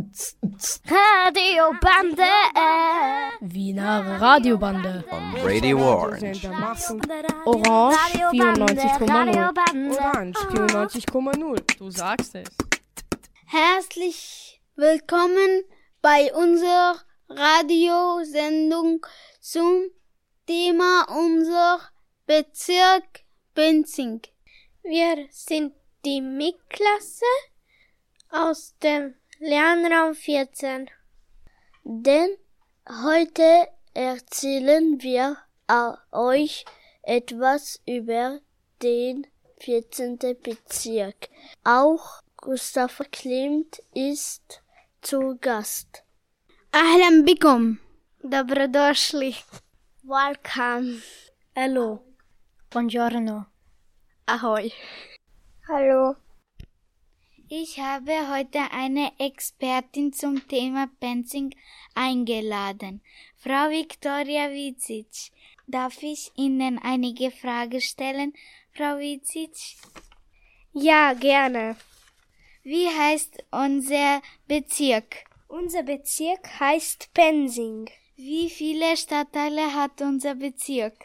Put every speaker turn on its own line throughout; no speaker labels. gibt's
Radiobande.
Wiener Radiobande.
on Radio Orange.
Orange
Radiobande,
94,0.
Radiobande.
Orange 94,0.
Du sagst es.
Herzlich willkommen bei unserer Radiosendung zum Thema unser Bezirk Benzing.
Wir sind die Mitklasse aus dem Lernraum 14.
Denn heute erzählen wir au- euch etwas über den 14. Bezirk. Auch Gustav Klimt ist zu Gast. Ahlan bikum.
Dobrodošli.
Welcome.
Hallo. Buongiorno. Ahoi.
Hallo.
Ich habe heute eine Expertin zum Thema Benzing eingeladen, Frau Viktoria Witzitsch. Darf ich Ihnen einige Fragen stellen, Frau Witzitsch?
Ja, gerne.
Wie heißt unser Bezirk?
Unser Bezirk heißt Pensing.
Wie viele Stadtteile hat unser Bezirk?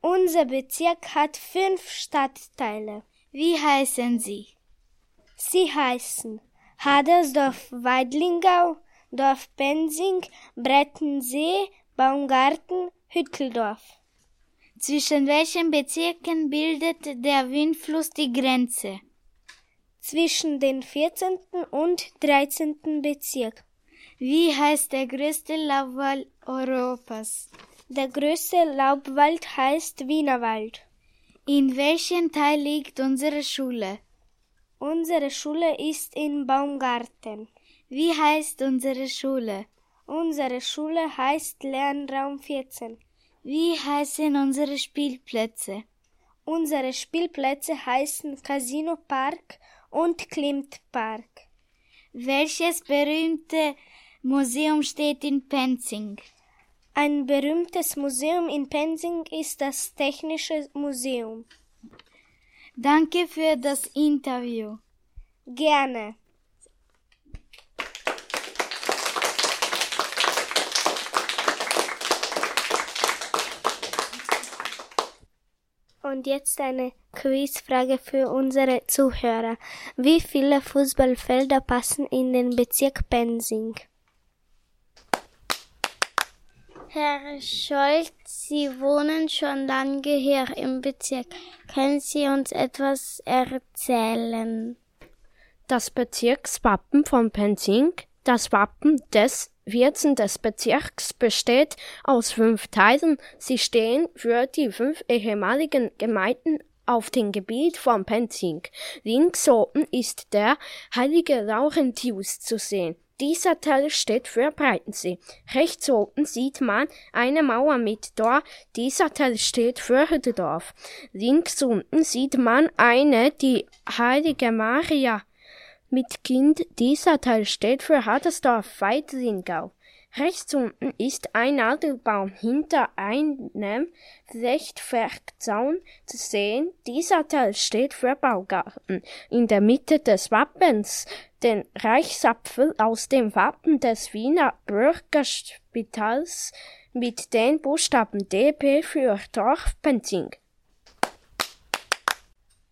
Unser Bezirk hat fünf Stadtteile.
Wie heißen sie?
Sie heißen Hadersdorf, Weidlingau, Dorf Pensing, Brettensee, Baumgarten, Hütteldorf.
Zwischen welchen Bezirken bildet der Windfluss die Grenze?
Zwischen den 14. und 13. Bezirk.
Wie heißt der größte Laubwald Europas?
Der größte Laubwald heißt Wienerwald.
In welchem Teil liegt unsere Schule?
Unsere Schule ist in Baumgarten.
Wie heißt unsere Schule?
Unsere Schule heißt Lernraum 14.
Wie heißen unsere Spielplätze?
Unsere Spielplätze heißen Casino Park und Klimt Park.
Welches berühmte Museum steht in Penzing?
Ein berühmtes Museum in Pensing ist das Technische Museum.
Danke für das Interview.
Gerne. Und jetzt eine Quizfrage für unsere Zuhörer. Wie viele Fußballfelder passen in den Bezirk Pensing?
Herr Scholz, Sie wohnen schon lange hier im Bezirk. Können Sie uns etwas erzählen?
Das Bezirkswappen von Penzing, das Wappen des 14. des Bezirks besteht aus fünf Teilen. Sie stehen für die fünf ehemaligen Gemeinden auf dem Gebiet von Penzing. Links oben ist der heilige Laurentius zu sehen. Dieser Teil steht für Breitensee. Rechts oben sieht man eine Mauer mit Tor. Dieser Teil steht für Hüttedorf. Links unten sieht man eine, die heilige Maria mit Kind. Dieser Teil steht für Hartersdorf Weidlingau. Rechts unten ist ein Nadelbaum hinter einem Flechtwerkzaun zu sehen. Dieser Teil steht für Baugarten. In der Mitte des Wappens den Reichsapfel aus dem Wappen des Wiener Bürgerspitals mit den Buchstaben DP für Dorf Penzing.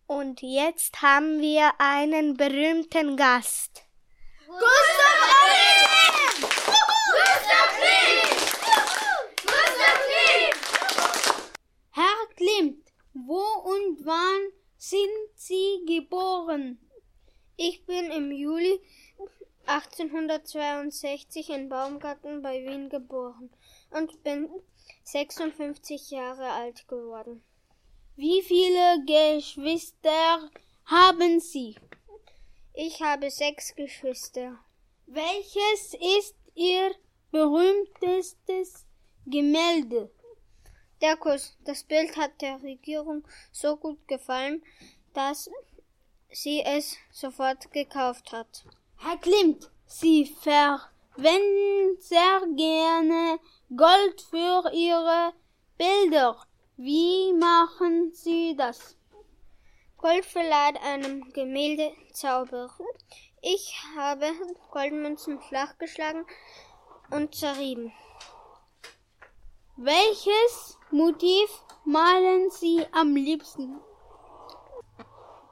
Und jetzt haben wir einen berühmten Gast.
Herr Klimt, wo und wann sind Sie geboren?
Ich bin im Juli 1862 in Baumgarten bei Wien geboren und bin 56 Jahre alt geworden.
Wie viele Geschwister haben Sie?
Ich habe sechs Geschwister.
Welches ist Ihr berühmtestes Gemälde?
Der Kuss, das Bild hat der Regierung so gut gefallen, dass sie es sofort gekauft hat.
Herr Klimt, Sie verwenden sehr gerne Gold für Ihre Bilder. Wie machen Sie das?
Gold verleiht einem Gemälde Zauber. Ich habe Goldmünzen flachgeschlagen und zerrieben.
Welches Motiv malen Sie am liebsten?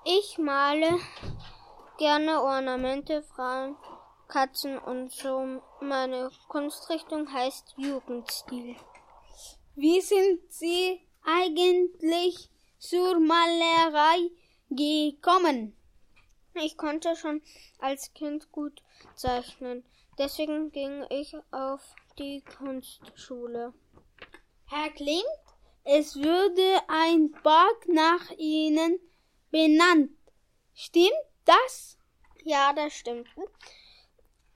Ich male gerne Ornamente, Frauen, Katzen und so. Meine Kunstrichtung heißt Jugendstil.
Wie sind Sie eigentlich zur Malerei gekommen?
Ich konnte schon als Kind gut zeichnen. Deswegen ging ich auf die Kunstschule.
Herr Klimt, es würde ein Park nach Ihnen benannt. Stimmt das?
Ja, das stimmt.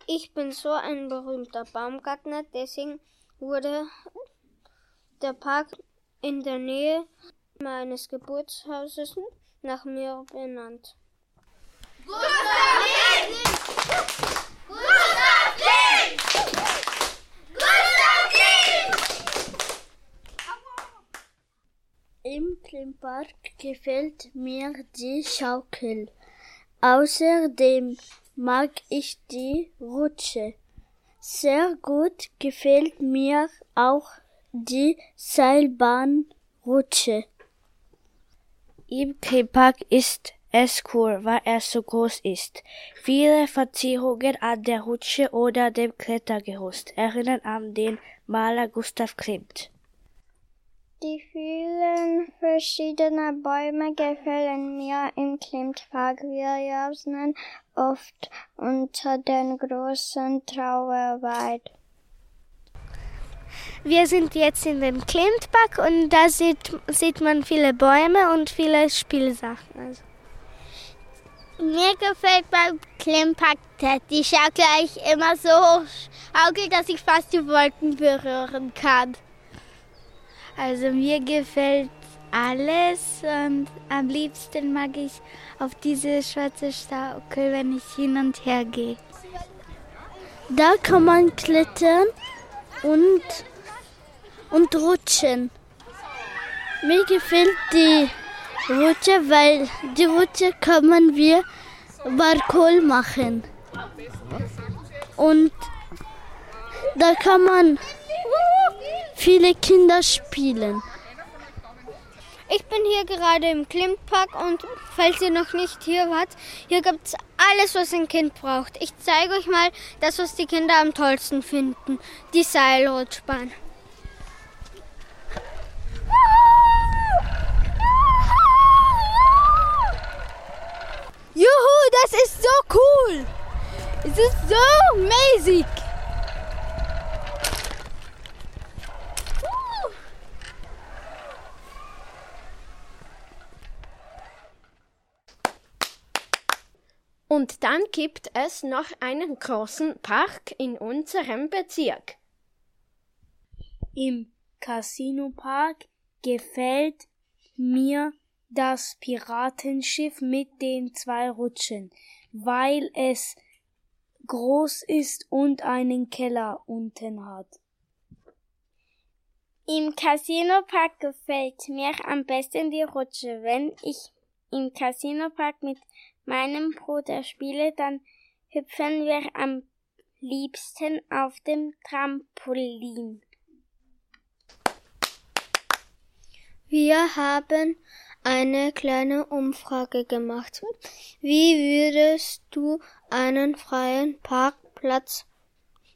Ich bin so ein berühmter Baumgärtner, deswegen wurde der Park in der Nähe meines Geburtshauses nach mir benannt.
Gustav Klimt! Gustav Klimt! Gustav Klimt!
Im Klimpark gefällt mir die Schaukel. Außerdem mag ich die Rutsche. Sehr gut gefällt mir auch die Seilbahnrutsche.
Im Klimpark ist es cool, weil er so groß ist. Viele Verzierungen an der Rutsche oder dem Klettergerüst erinnern an den Maler Gustav Klimt.
Die vielen verschiedenen Bäume gefallen mir im Klimtpark. Wir jausen oft unter den großen Trauerwald.
Wir sind jetzt in dem Klimtpark und da sieht, sieht man viele Bäume und viele Spielsachen. Also.
Mir gefällt beim Klimpakt die Schaukel eigentlich immer so hoch schaukelt, dass ich fast die Wolken berühren kann.
Also mir gefällt alles und am liebsten mag ich auf diese schwarze Schaukel, wenn ich hin und her gehe.
Da kann man klettern und, und rutschen. Mir gefällt die Rutsche, weil die Rutsche kann man wie Barkohl machen. Und da kann man viele Kinder spielen.
Ich bin hier gerade im Klimtpark und falls ihr noch nicht hier wart, hier gibt es alles, was ein Kind braucht. Ich zeige euch mal das, was die Kinder am tollsten finden. Die Seilrutschbahn.
Juhu, das ist so cool! Es ist so mäßig!
Und dann gibt es noch einen großen Park in unserem Bezirk.
Im Casinopark gefällt mir das Piratenschiff mit den zwei Rutschen, weil es groß ist und einen Keller unten hat.
Im Casinopark gefällt mir am besten die Rutsche. Wenn ich im Casinopark mit meinem Bruder spiele, dann hüpfen wir am liebsten auf dem Trampolin.
Wir haben eine kleine Umfrage gemacht. Wie würdest du einen freien Parkplatz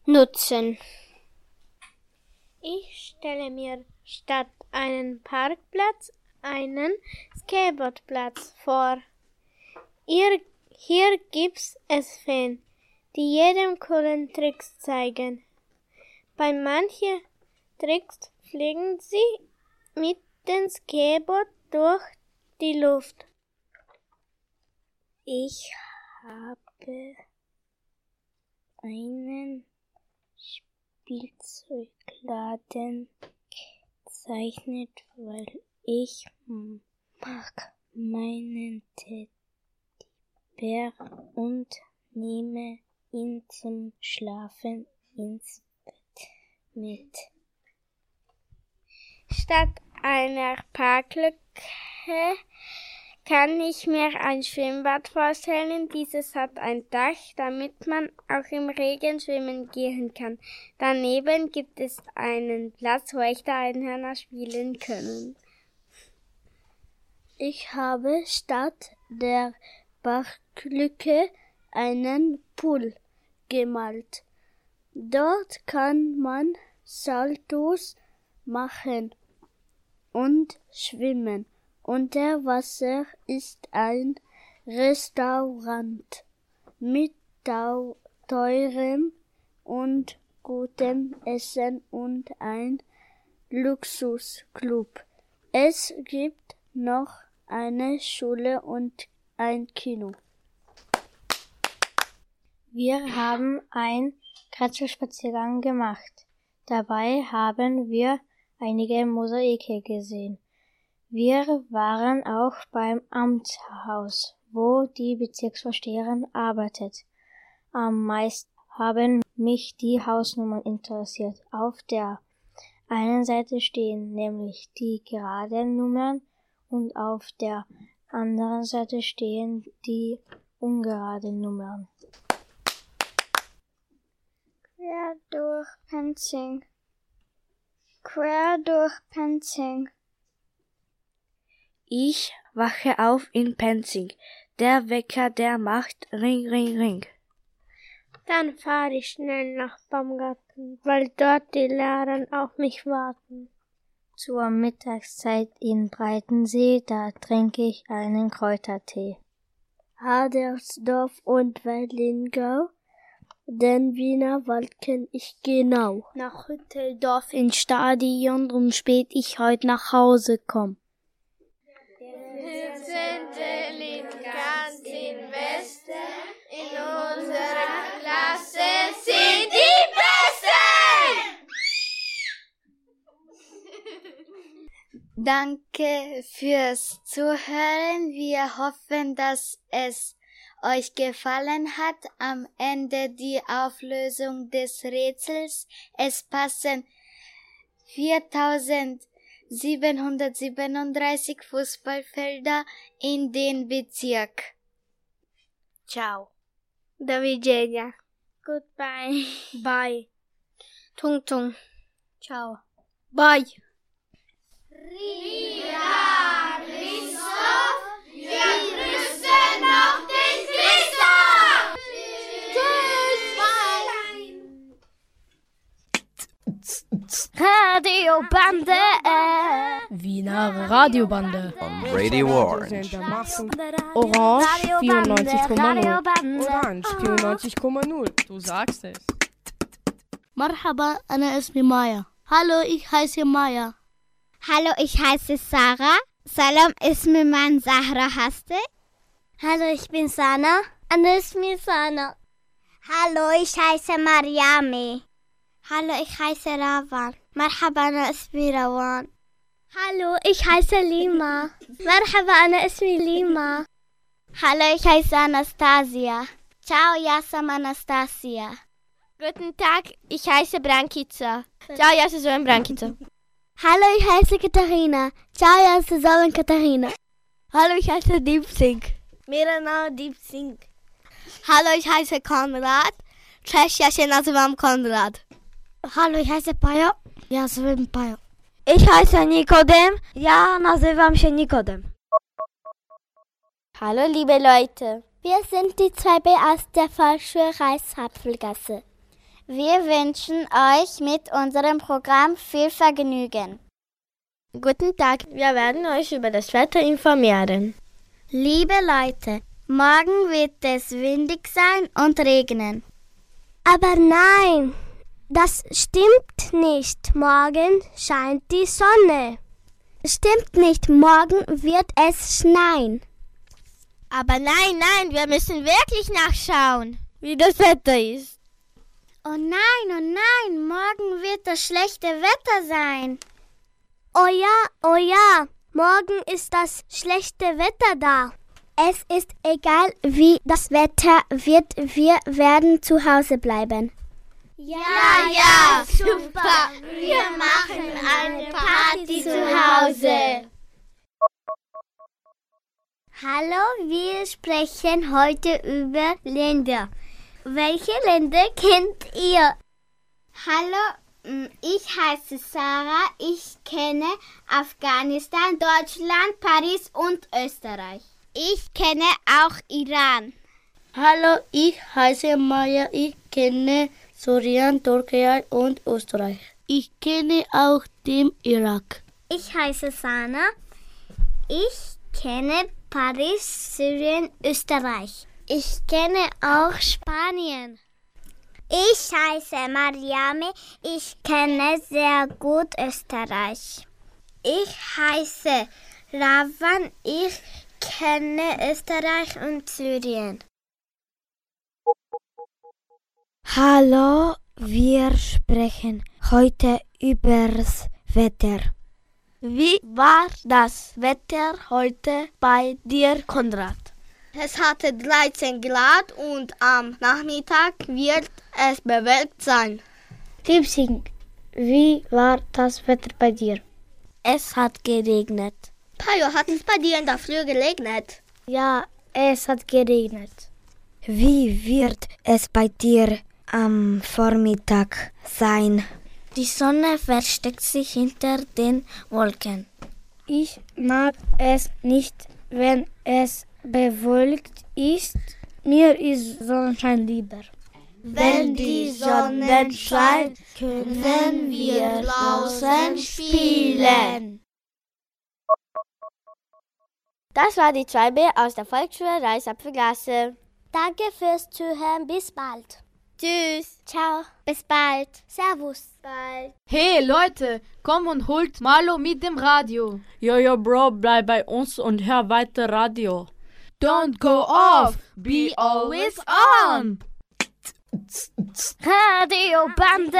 nutzen?
Ich stelle mir statt einen Parkplatz einen Skateboardplatz vor. Hier, hier gibt's es Fans, die jedem coolen Tricks zeigen. Bei manchen Tricks fliegen sie mit dem Skateboard durch die Luft.
Ich habe einen Spielzeugladen gezeichnet, weil ich mag meinen Teddybär und nehme ihn zum Schlafen ins Bett mit.
Statt einer Parklücke
kann ich mir ein Schwimmbad vorstellen. Dieses hat ein Dach, damit man auch im Regen schwimmen gehen kann. Daneben gibt es einen Platz, wo echte Einhörner spielen können.
Ich habe statt der Bachlücke einen Pool gemalt. Dort kann man Saltos machen und schwimmen. Unter Wasser ist ein Restaurant mit teurem und gutem Essen und ein Luxusclub. Es gibt noch eine Schule und ein Kino.
Wir haben einen Katzenspaziergang gemacht. Dabei haben wir einige Mosaike gesehen. Wir waren auch beim Amtshaus, wo die Bezirksvorsteherin arbeitet. Am meisten haben mich die Hausnummern interessiert. Auf der einen Seite stehen nämlich die geraden Nummern und auf der anderen Seite stehen die ungeraden Nummern.
Quer durch Penzing. Quer durch Penzing.
Ich wache auf in Penzing. Der Wecker, der macht Ring, Ring, Ring.
Dann fahre ich schnell nach Baumgarten, weil dort die Lehrer auf mich warten.
Zur Mittagszeit in Breitensee, da trinke ich einen Kräutertee.
Hadersdorf und Weidlingau, den Wiener Wald kenn ich genau.
Nach Hütteldorf ins Stadion, drum spät ich heute nach Hause komm.
Wir sind in ganz im Westen, in unserer Klasse sind die Besten!
Danke fürs Zuhören. Wir hoffen, dass es euch gefallen hat. Am Ende die Auflösung des Rätsels. Es passen 4000 737 Fußballfelder in den Bezirk.
Ciao.
Do widzenia.
Goodbye.
Bye.
Tung tung.
Ciao.
Bye.
Ria, Christoph, wir grüßen noch den Christoph!
Tschüss, bye! Radiobande!
Wiener Radiobande.
On Radio Orange.
Orange 94,0.
Orange 94,0. Du sagst es.
Marhaba, Anna ist mir Maya. Hallo, ich heiße Maya.
Hallo, ich heiße Sarah. Salam ist mir mein Sahra Haste.
Hallo, ich bin Sana. Anna ist mir Sana.
Hallo, ich heiße Mariami.
Hallo, ich heiße Ravan. Marhaba, Anna ist mir Ravan.
Hallo, ich heiße Lima. Marhaba, Anna ismi Lima.
Hallo, ich heiße Anastasia. Ciao, Yasam Anastasia.
Guten Tag, ich heiße Brankica. Ciao, Yasam Zoen Brankica.
Hallo, ich heiße Katharina. Ciao, Yasam Zoen Katharina.
Hallo, ich heiße Deep Singh.
Mera Name Deep Singh.
Hallo, ich heiße Konrad. Cześć, ja się nazywam Konrad.
Hallo, ich heiße Pajo. Ja, zwem Pajo.
Ich heiße Nikodem. Ja, nazywam się Nikodem.
Hallo, liebe Leute.
Wir sind die 2B aus der Volksschule Reishapfelgasse.
Wir wünschen euch mit unserem Programm viel Vergnügen.
Guten Tag, wir werden euch über das Wetter informieren.
Liebe Leute, morgen wird es windig sein und regnen.
Aber nein, das stimmt nicht. Morgen scheint die Sonne. Stimmt nicht. Morgen wird es schneien.
Aber nein, nein, wir müssen wirklich nachschauen,
wie das Wetter ist.
Oh nein, oh nein, morgen wird das schlechte Wetter sein. Oh ja, oh ja, morgen ist das schlechte Wetter da. Es ist egal, wie das Wetter wird, wir werden zu Hause bleiben.
Ja, ja, super. Wir machen eine Party zu Hause.
Hallo, wir sprechen heute über Länder. Welche Länder kennt ihr? Hallo, mm, ich heiße Sarah. Ich kenne Afghanistan, Deutschland, Paris und Österreich.
Ich kenne auch Iran.
Hallo, ich heiße Maya. Ich kenne Syrien, Türkei und Österreich.
Ich kenne auch den Irak.
Ich heiße Sana. Ich kenne Paris, Syrien, Österreich. Ich kenne auch Spanien. Ich heiße Mariame. Ich kenne sehr gut Österreich. Ich heiße Ravan. Ich kenne Österreich und Syrien.
Hallo, wir sprechen heute übers Wetter.
Wie war das Wetter heute bei dir, Konrad?
Es hatte 13 Grad und am Nachmittag wird es bewölkt sein.
Liebsing, wie war das Wetter bei dir? Es hat geregnet.
Pajo, hat es bei dir in der Früh geregnet?
Ja, es hat geregnet.
Wie wird es bei dir am Vormittag sein?
Die Sonne versteckt sich hinter den Wolken.
Ich mag es nicht, wenn es bewölkt ist. Mir ist Sonnenschein lieber.
Wenn die Sonne scheint, können wir draußen spielen.
Das war die 2B aus der Volksschule Reichsapfelgasse.
Danke fürs Zuhören. Bis bald.
Tschüss.
Ciao.
Bis bald.
Servus.
Bald.
Hey Leute, komm und holt Marlo mit dem Radio.
Yo, yo, Bro, bleib bei uns und hör weiter Radio.
Don't go off, be always on.
Radio Bande.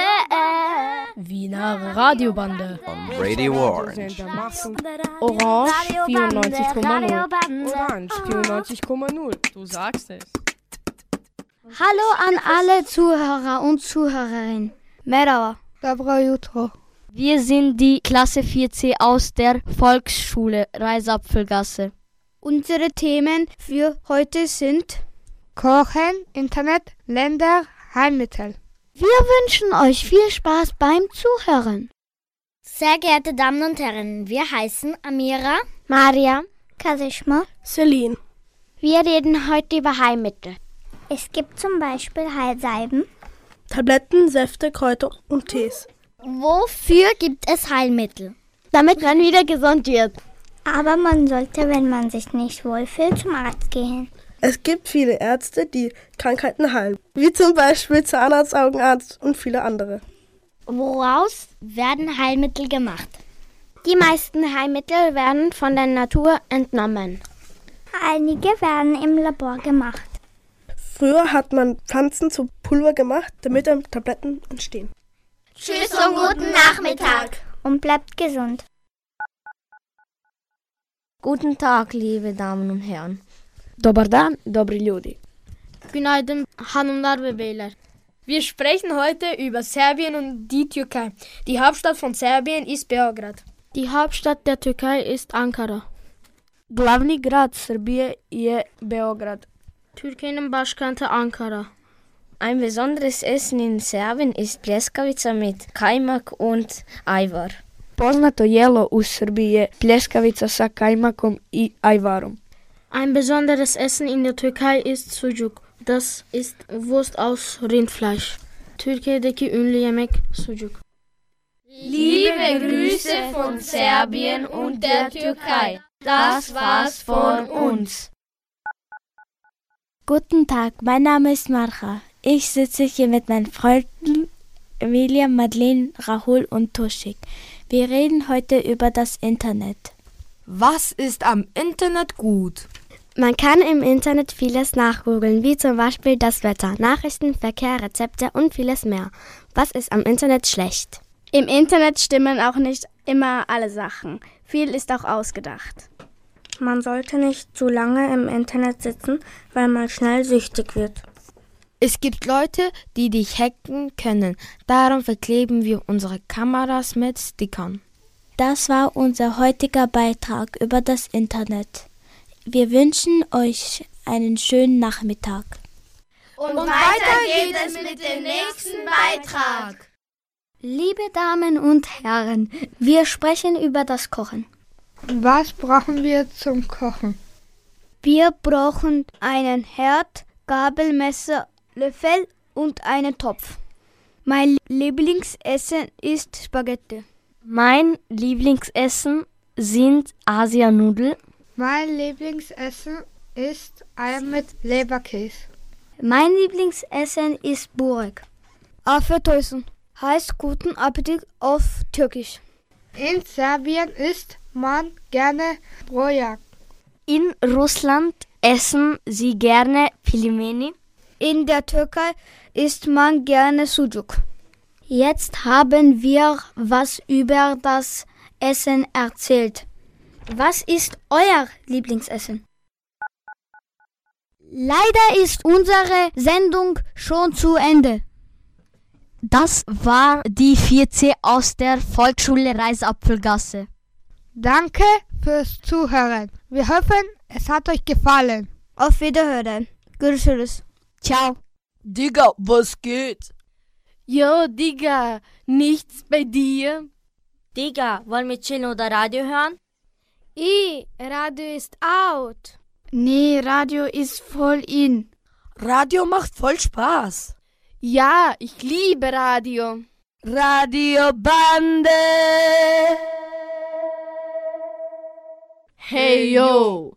Wiener Radiobande.
On Radio Orange.
Orange 94,0.
Orange 94,0. Du sagst es.
Hallo an alle Zuhörer und Zuhörerinnen.
Merhaba.
Dobro jutro.
Wir sind die Klasse 4c aus der Volksschule Reisapfelgasse.
Unsere Themen für heute sind
Kochen, Internet, Länder, Heilmittel.
Wir wünschen euch viel Spaß beim Zuhören.
Sehr geehrte Damen und Herren, wir heißen Amira,
Maria,
Kasishma,
Celine.
Wir reden heute über Heilmittel.
Es gibt zum Beispiel Heilsalben,
Tabletten, Säfte, Kräuter und Tees.
Wofür gibt es Heilmittel?
Damit man wieder gesund wird.
Aber man sollte, wenn man sich nicht wohlfühlt, zum Arzt gehen.
Es gibt viele Ärzte, die Krankheiten heilen, wie zum Beispiel Zahnarzt, Augenarzt und viele andere.
Woraus werden Heilmittel gemacht?
Die meisten Heilmittel werden von der Natur entnommen.
Einige werden im Labor gemacht.
Früher hat man Pflanzen zu Pulver gemacht, damit dann Tabletten entstehen.
Tschüss und guten Nachmittag.
Und bleibt gesund.
Guten Tag, liebe Damen und Herren.
Dobar dan, dobri ljudi.
Günaydın hanımlar ve beyler.
Wir sprechen heute über Serbien und die Türkei. Die Hauptstadt von Serbien ist Beograd.
Die Hauptstadt der Türkei ist Ankara.
Glavni grad Srbije je Beograd.
Türkiye'nin başkenti Ankara.
Ein besonderes Essen in Serbien ist pljeskavica mit kajmak und ajvar.
Poznato jelo u Srbiji je pljeskavica sa kajmakom i ajvarom.
Ein besonderes Essen in der Türkei ist sucuk. Das ist Wurst aus Rindfleisch. Türkiye'deki ünlü yemek sucuk.
Liebe Grüße von Serbien und der Türkei. Das war's von uns.
Guten Tag, mein Name ist Marcha. Ich sitze hier mit meinen Freunden Emilia, Madeleine, Rahul und Tuschik. Wir reden heute über das Internet.
Was ist am Internet gut?
Man kann im Internet vieles nachgoogeln, wie zum Beispiel das Wetter, Nachrichten, Verkehr, Rezepte und vieles mehr. Was ist am Internet schlecht?
Im Internet stimmen auch nicht immer alle Sachen. Viel ist auch ausgedacht.
Man sollte nicht zu lange im Internet sitzen, weil man schnell süchtig wird.
Es gibt Leute, die dich hacken können. Darum verkleben wir unsere Kameras mit Stickern. Das war unser heutiger Beitrag über das Internet.
Wir wünschen euch einen schönen Nachmittag.
Und weiter geht es mit dem nächsten Beitrag.
Liebe Damen und Herren, wir sprechen über das Kochen.
Was brauchen wir zum Kochen?
Wir brauchen einen Herd, Gabel, Messer, Löffel und einen Topf. Mein Lieblingsessen ist Spaghetti.
Mein Lieblingsessen sind Asianudeln.
Mein Lieblingsessen ist Ei mit Leberkäse.
Mein Lieblingsessen ist Burek. Afetösen heißt guten Appetit auf Türkisch.
In Serbien isst man gerne Brojak.
In Russland essen sie gerne Pilmeni.
In der Türkei isst man gerne Sucuk. Jetzt haben wir was über das Essen erzählt. Was ist euer Lieblingsessen? Leider ist unsere Sendung schon zu Ende.
Das war die 4C aus der Volksschule Reisapfelgasse.
Danke fürs Zuhören. Wir hoffen, es hat euch gefallen.
Auf Wiederhören. Görüşürüz.
Ciao.
Digga, was geht?
Jo, Digga, nichts bei dir?
Digga, wollen wir chillen oder Radio hören?
I, Radio ist out.
Nee, Radio ist voll in.
Radio macht voll Spaß.
Ja, ich liebe Radio.
Radio Bande.
Hey yo.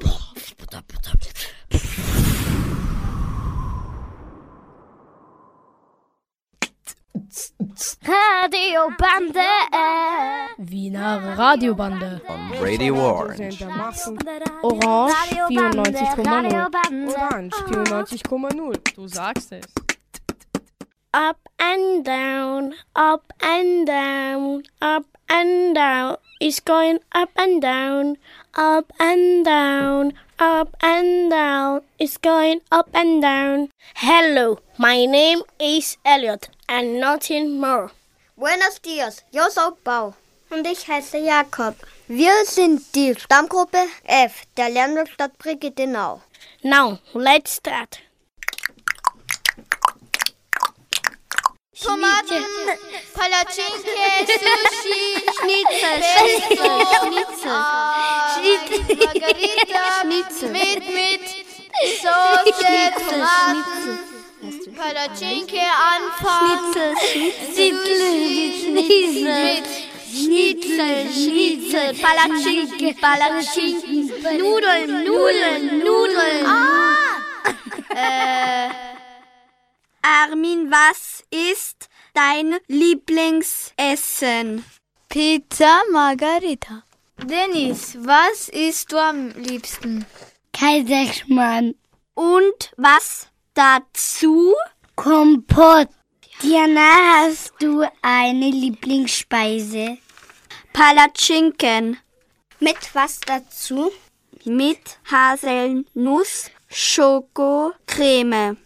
Radiobande.
Wiener Radiobande.
On Radio Orange.
Orange 94,0. Orange 94,0.
Du sagst es.
Up and down, up and down, up and down. It's going up and down, up and down, up and down. It's going up and down. Hello, my name is Elliot and nothing more.
Buenos dias, yo soy Pau. Und ich heiße Jakob. Wir sind die Stammgruppe F der Lernwerkstatt Brigittenau.
Now, let's start.
Tomaten, Palatschinke, Sushi, Schnitzel, Pesto, Schnitzel, Schnitzel, Margarita, Schnitzel, mit, mit, Soße, Tomaten, Palatschinke, Anfang, Schnitzel, Schnitzel, Schnitzel, Schnitzel, Schnitzel, Palatschinke, Palatschinken, Nudeln, Nudeln, Nudeln. Ah! äh...
Armin, was ist dein Lieblingsessen?
Pizza Margarita. Dennis, was isst du am liebsten?
Kaiserschmarrn.
Und was dazu?
Kompott. Diana, hast du eine Lieblingsspeise?
Palatschinken.
Mit was dazu?
Mit Haselnuss, Schokocreme.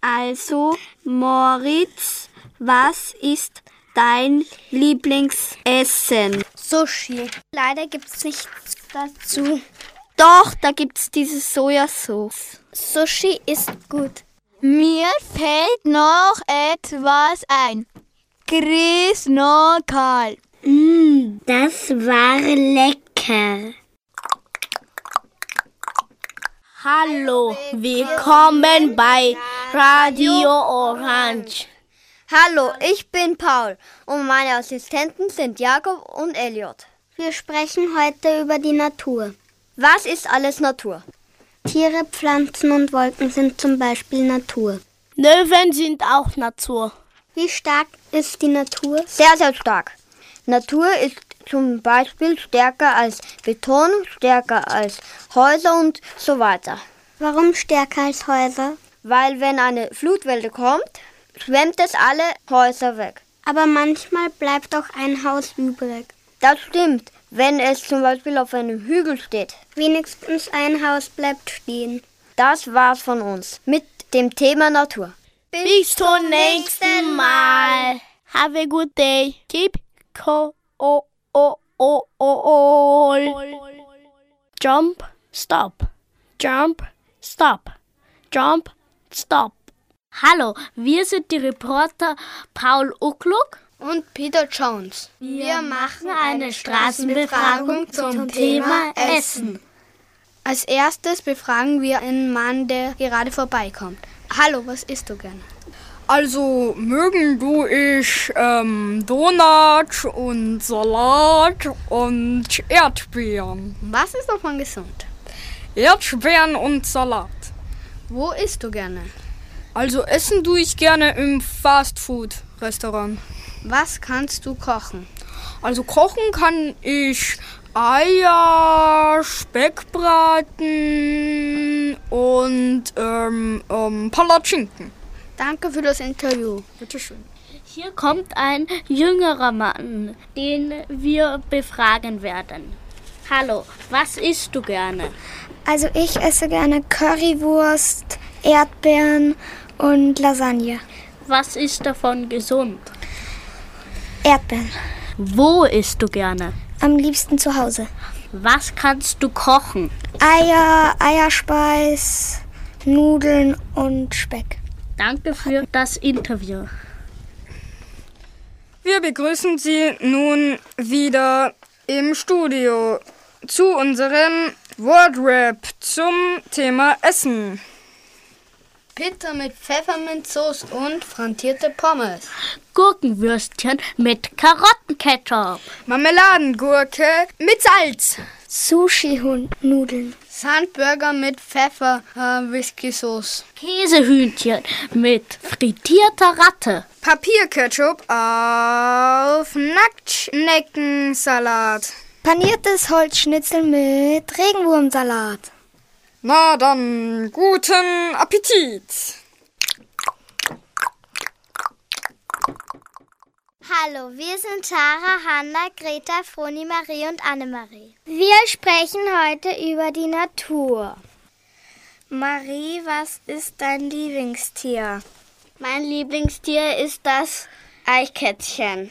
Also, Moritz, was ist dein Lieblingsessen?
Sushi. Leider gibt's nichts dazu.
Doch, da gibt's diese Sojasauce.
Sushi ist gut.
Mir fällt noch etwas ein. Chris Nokal.
Mm, das war lecker.
Hallo, willkommen bei Radio Orange.
Hallo, ich bin Paul und meine Assistenten sind Jakob und Elliot.
Wir sprechen heute über die Natur.
Was ist alles Natur?
Tiere, Pflanzen und Wolken sind zum Beispiel Natur.
Löwen sind auch Natur.
Wie stark ist die Natur?
Sehr, sehr stark. Natur ist zum Beispiel stärker als Beton, stärker als Häuser und so weiter.
Warum stärker als Häuser?
Weil wenn eine Flutwelle kommt, schwemmt es alle Häuser weg.
Aber manchmal bleibt auch ein Haus übrig.
Das stimmt, wenn es zum Beispiel auf einem Hügel steht.
Wenigstens ein Haus bleibt stehen.
Das war's von uns mit dem Thema Natur.
Bis, Bis zum nächsten Mal. Have a good day. Keep cool. Oh, oh, oh, oh, Jump, stop. Jump, stop. Jump, stop. Hallo, wir sind die Reporter Paul Uckluck
und Peter Jones.
Wir machen eine Straßenbefragung zum Thema Essen.
Als erstes befragen wir einen Mann, der gerade vorbeikommt. Hallo, was isst du gerne?
Also mögen du ich ähm, Donut und Salat und Erdbeeren.
Was ist davon gesund?
Erdbeeren und Salat.
Wo isst du gerne?
Also essen tue ich gerne im Fastfood-Restaurant.
Was kannst du kochen?
Also kochen kann ich Eier, Speckbraten und ähm, ähm, Palatschinken.
Danke für das Interview.
Bitte schön.
Hier kommt ein jüngerer Mann, den wir befragen werden. Hallo, was isst du gerne?
Also ich esse gerne Currywurst, Erdbeeren und Lasagne.
Was ist davon gesund?
Erdbeeren.
Wo isst du gerne?
Am liebsten zu Hause.
Was kannst du kochen?
Eier, Eierspeis, Nudeln und Speck.
Danke für das Interview.
Wir begrüßen Sie nun wieder im Studio zu unserem Wordrap zum Thema Essen.
Pizza mit Pfefferminzsoße und frantierte Pommes.
Gurkenwürstchen mit Karottenketchup.
Marmeladengurke mit Salz.
Sushi-Nudeln.
Sandburger mit Pfeffer, äh, Whisky-Sauce.
Käsehühnchen mit frittierter Ratte.
Papierketchup auf Nacktschneckensalat.
Paniertes Holzschnitzel mit Regenwurmsalat.
Na dann, guten Appetit!
Hallo, wir sind Tara, Hanna, Greta, Froni, Marie und Annemarie. Wir sprechen heute über die Natur. Marie, was ist dein Lieblingstier? Mein Lieblingstier ist das Eichkätzchen.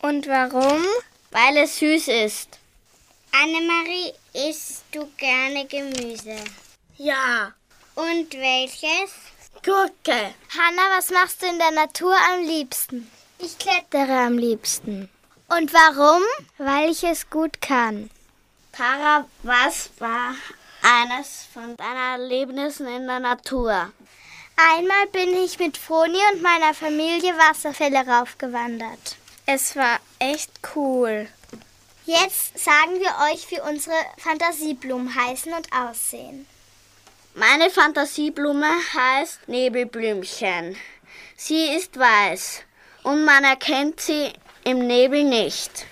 Und warum? Weil es süß ist. Annemarie, isst du gerne Gemüse?
Ja.
Und welches?
Gurke.
Hanna, was machst du in der Natur am liebsten? Ich klettere am liebsten. Und warum? Hm? Weil ich es gut kann.
Para, was war eines von deinen Erlebnissen in der Natur?
Einmal bin ich mit Froni und meiner Familie Wasserfälle raufgewandert. Es war echt cool. Jetzt sagen wir euch, wie unsere Fantasieblumen heißen und aussehen.
Meine Fantasieblume heißt Nebelblümchen. Sie ist weiß und man erkennt sie im Nebel nicht.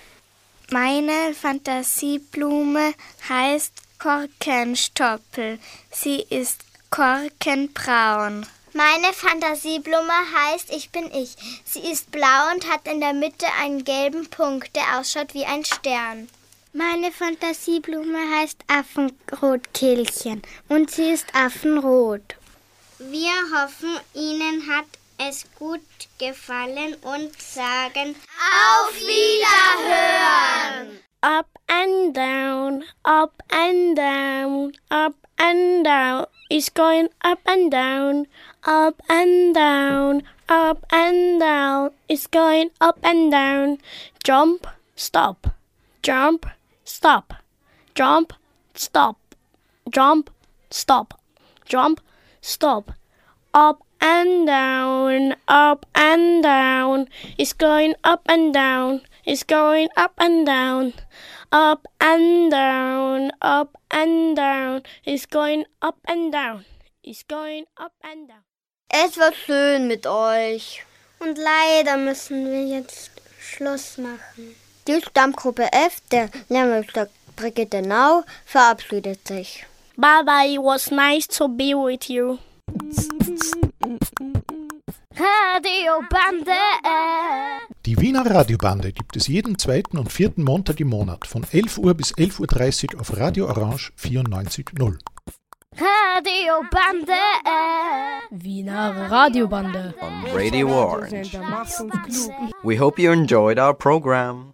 Meine Fantasieblume heißt Korkenstoppel. Sie ist korkenbraun. Meine Fantasieblume heißt Ich bin ich. Sie ist blau und hat in der Mitte einen gelben Punkt, der ausschaut wie ein Stern. Meine Fantasieblume heißt Affenrotkehlchen und sie ist affenrot. Wir hoffen, Ihnen hat es gut gefallen und sagen
Auf Wiederhören!
Up and down, up and down, up and down. It's going up and down, up and down, up and down. It's going up and down. Jump, stop, jump, stop, jump, stop, jump, stop, jump, stop. Up and down, up and down. It's going up and down. It's going up and down, up and down, up and down. It's going up and down. It's going up and down.
Es war schön mit euch.
Und leider müssen wir jetzt Schluss machen.
Die Stammgruppe F der Lehrmeister Brigitte Nau verabschiedet sich.
Bye bye, it was nice to be with you.
Radiobande.
Die Wiener Radiobande gibt es jeden zweiten und vierten Montag im Monat von 11 Uhr bis 11.30 Uhr auf Radio Orange 94.0.
Radiobande.
Wiener Radiobande.
On Radio Orange. We hope you enjoyed our program.